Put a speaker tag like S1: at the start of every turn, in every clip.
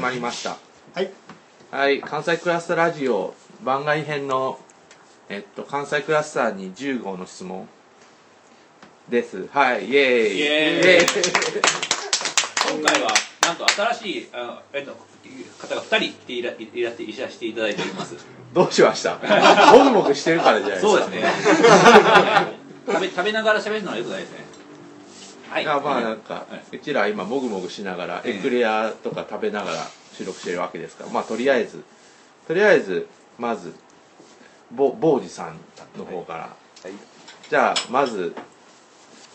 S1: まりました
S2: はい
S1: はい関西クラスターラジオ番外編のえっと関西クラスターに10号の質問ですはいイエーイ
S3: イエーイ
S1: イエ
S3: 今回はなんと新しいあの、えっと、方が2人来ていらいらいらしていただいております
S1: どうしましたもぐもぐしてるからじゃないですか
S3: そ うですね食べ食べながら喋るのはよくないですねはい
S1: いやまあなんか、うちら今もぐもぐしながら
S3: え
S1: エ
S3: え
S1: クレアとか食べながら収録してるわけですからまあとりあえずとりあえずまずぼ坊司さんの方から、
S4: い
S1: じゃあまず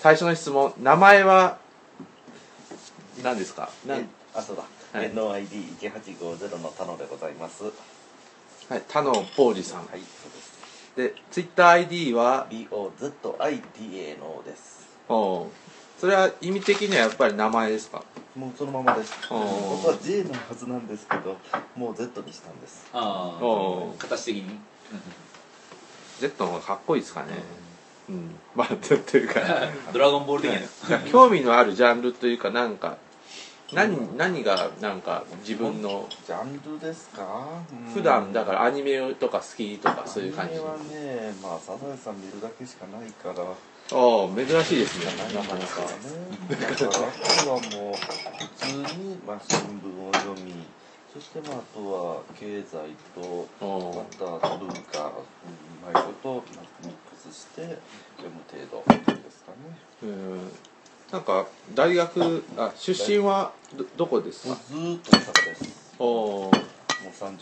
S1: 最初の質問名前は何ですかな
S4: えあそうだ、
S1: はい
S4: NOID1850 の田野でございますは
S1: はい、他の坊司さん
S4: いそうです
S1: でツイッター ID は
S4: BOZIDA のです
S1: おうそれは意味的にはやっぱり名前ですか
S4: もうそのままです
S1: おー
S4: 本当は J のはずなんですけどもう Z にしたんです
S3: あ
S1: おう
S3: あ形的に
S1: Z の方がかっこいいですかねうん、まあとというか
S3: ドラゴンボール的なやつ
S1: 興味のあるジャンルというかなんか何何がなんか自分の
S4: ジャンルですかうん
S1: 普段だからアニメとか好きとかそういう感じ
S4: これはねまあサザエさん見るだけしかないから
S1: おお珍しいですね
S4: ない
S1: なかなか
S4: ですかねだからあとはもう普通に、まあ、新聞を読みそしてまああとは経済と
S1: お
S4: ま
S1: お
S4: た文化うまいことミックスして読む程度ですかね
S1: ーうんなんか大学あ出身はどどこです
S4: もう
S1: か
S4: ずーっと大阪です
S1: お
S4: も
S1: お
S4: う32年間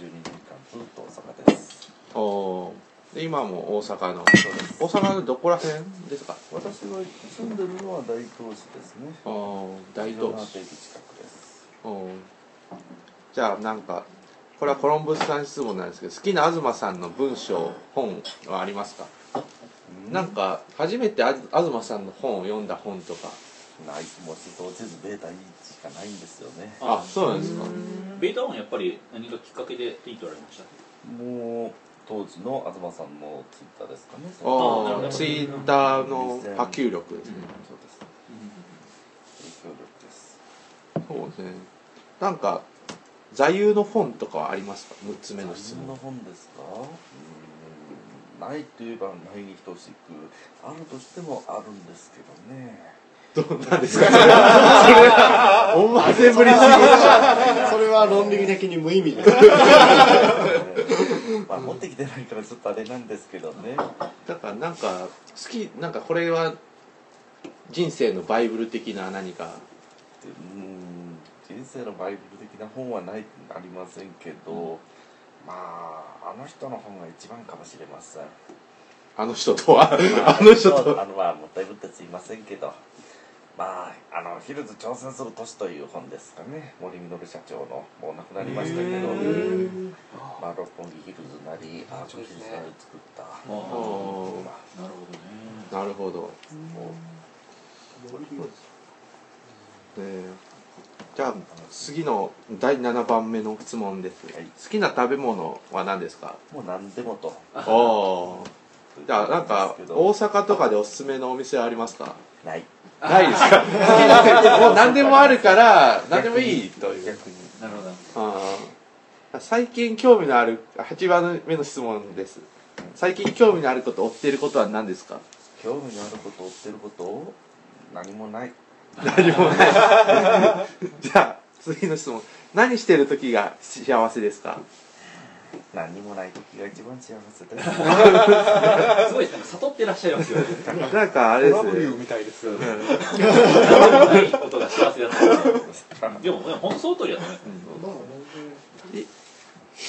S4: ずーっと大阪です
S1: おおで今も大阪の
S4: そうです
S1: 大阪のどこら辺ですか
S4: 私が住んでるのは大東市ですね
S1: おお大
S4: 広
S1: 東
S4: 島
S1: 市
S4: 駅近くです
S1: うんじゃあなんかこれはコロンブスさん質問なんですけど好きな東さんの文章本はありますか、なんか初めてあず東さんの本を読んだ本とか
S4: ないもう思想地図データ1しかないんですよね
S1: あそうなんですか
S3: ベータ音やっぱり何かきっかけで手に取られました
S4: もう当時の東さんのツイッターですかね
S1: あ
S3: なるほ
S1: ー
S3: ど
S1: ツイッターの波及力ですね、
S4: そうです影響力です
S1: そうですねなんか座右の本とかはありますか6つ目の質
S4: 自分の
S1: 問
S4: 本ですかうーんないといえばないに等しくあるとしてもあるんですけどね
S1: どうなんですか それは思わせぶりすぎる
S2: それは論理的に無意味です
S4: まあ持ってきてないからちょっとあれなんですけどね
S1: だからなんか好きなんかこれは人生のバイブル的な何か
S4: うーん人生のバイブル的な本はないありませんけど、まああの人の本が一番かもしれません
S1: あの人と はあの人とは
S4: あのまあもったいぶってすいませんけどまああの「ヒルズ挑戦する都市」という本ですかね森実社長のもう亡くなりましたけど、まあ、六本木ヒルズなりアークヒルズなり作った、
S3: なる
S1: お
S3: ほ
S1: お
S3: どね
S1: ーなるほど、
S4: もう
S1: えーじゃあ次の第7番目の質問です、
S4: はい
S1: 好きな食べ物は何ですか
S4: もう何でもと
S1: おおーじゃあなんか
S4: ですけど
S1: 大阪とかでおすすめのお店はあります か
S4: ない
S1: ないです かもう何でもあるから何でもいいという
S4: 逆に
S3: なるほど
S1: あー最近興味のある8番目の質問です最近興味のあること追っていることは何ですか
S4: 興味のあること追ってること何もない
S1: 何もないじゃあ次の質問何してる時が幸せですか
S4: 何もない時が一番幸せです
S3: すごいですなんか悟ってらっしゃいますよね
S1: なんかあれ
S2: ト
S1: で
S2: ラ
S1: す
S2: ブル
S1: ね
S2: みたいですよね
S3: いいことが幸せだったでもでも本当そうとりやとね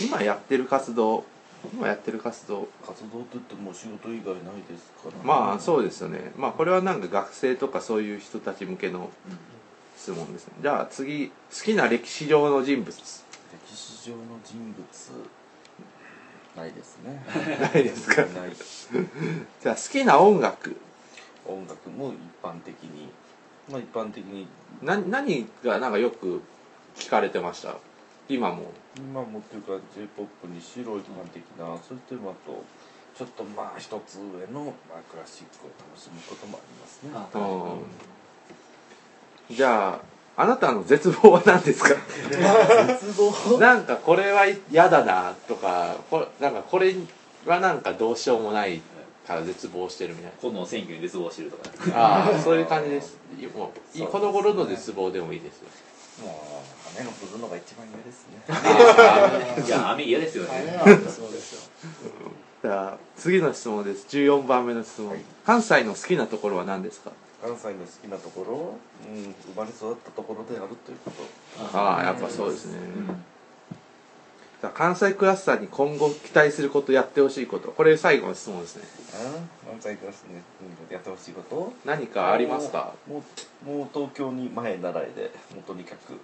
S1: 今やってる活動今やってる活動
S4: 活動って言ってもう仕事以外ないですから
S1: まあ
S4: う
S1: そうですよねまあこれはなんか学生とかそういう人たち向けの質問ですねじゃあ次好きな歴史上の人物
S4: 歴史上の人物ないですね
S1: ないですか
S4: ない
S1: じゃあ好きな音楽
S4: 音楽も一般的にまあ一般的に
S1: な何がなんかよく聞かれてました今も
S4: 今もっていうか j p o p にしろ一般的な、そしてまああとちょっとまあ一つ上の、まあ、クラシックを楽しむこともありますね
S3: あ
S1: うんじゃああなたの絶望は何 ですか
S2: 絶望
S1: なんかこれは嫌だなとかこれなんかこれはなんかどうしようもないから絶望してるみたい
S3: 今度の選挙に絶望してるとか
S1: なああそういう感じですもう
S4: そうですね
S1: この頃の絶望でもいいですよ
S4: もう羽の部分のが一番嫌ですね
S3: いや雨嫌ですよ
S2: あれ
S3: ね
S2: はそうですよ
S1: じゃあ次の質問です14番目の質問、
S4: はい
S1: 関西の好きなところは何ですか
S4: 関西の好きなところ、うん、生まれ育ったところであるということ
S1: ああやっぱそうですね、
S3: うん
S1: じゃあ関西クラスターに今後期待することやってほしいことこれ最後の質問ですね
S4: うん関西クラスね、うん、やってほしいこと
S1: 何かありますか
S4: もうもう東京に前習いでもうとにかく向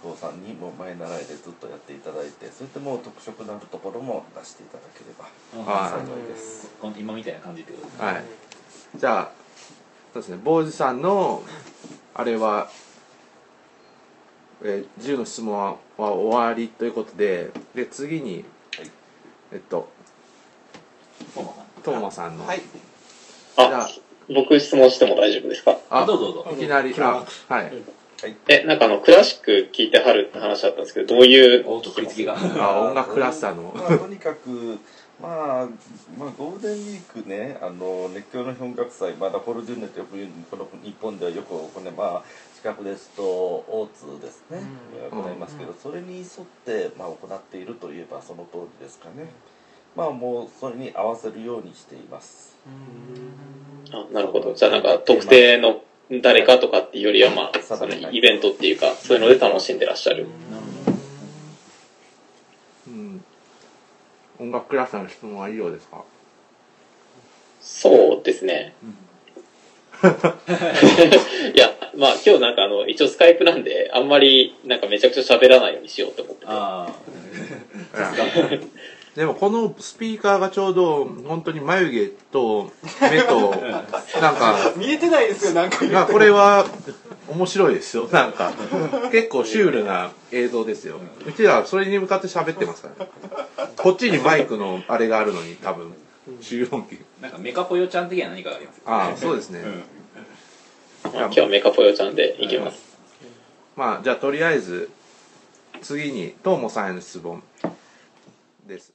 S4: こうさんにもう前習いでずっとやっていただいてそれでもう特色のあるところも出していただければ
S1: はい
S4: 幸いです、
S3: この今みたいな感じってことですね
S1: はいじゃあそうですね坊主さんのあれは、えー、10の質問は終わりということでで次に、
S4: はい
S1: えっと
S3: そうなの
S1: トーマさんの、
S4: はい
S1: じゃ
S5: あ、僕質問しても大丈夫ですか
S1: あ
S3: あどう
S1: あ
S3: ぞどうぞ
S1: いきなりあはい
S5: え、なんかあの、クラシック聞いてはるって話だったんですけど、どういう、
S3: おっと振り付けが
S1: あ音楽クラスターの
S4: まあとにかく、まあ、まあゴールデンウィークねあの熱狂の音楽祭まだポルジュネとよく言うこの日本ではよく行うまあ近くですと大津ですね、
S1: うん
S4: 行いますけど、それに沿って、まあ、行っているといえばその通りですかねまあもうそれに合わせるようにしています
S5: あなるほど。じゃあなんか、特定の誰かとかっていうよりは、まあ、そのイベントっていうか、そういうので楽しんでらっしゃる。
S1: うん、音楽クラスターの質問は以上ですか
S5: そうですね。いや、まあ今日なんかあの、一応スカイプなんで、あんまりなんかめちゃくちゃ喋らないようにしようと思ってて。
S3: あ
S1: でもこのスピーカーがちょうど本当に眉毛と目となんか
S2: 見えてないですよなんか言って
S1: まあこれは面白いですよなんか結構シュールな映像ですようちらはそれに向かって喋ってますからねこっちにマイクのあれがあるのに多分収音機
S3: あなんかメカポヨちゃん的な何かがあります
S1: ああそうですね、
S3: うん
S5: まあ今日はメカポヨちゃんでいきます。
S1: まあじゃあとりあえず次にトーモさんへの質問です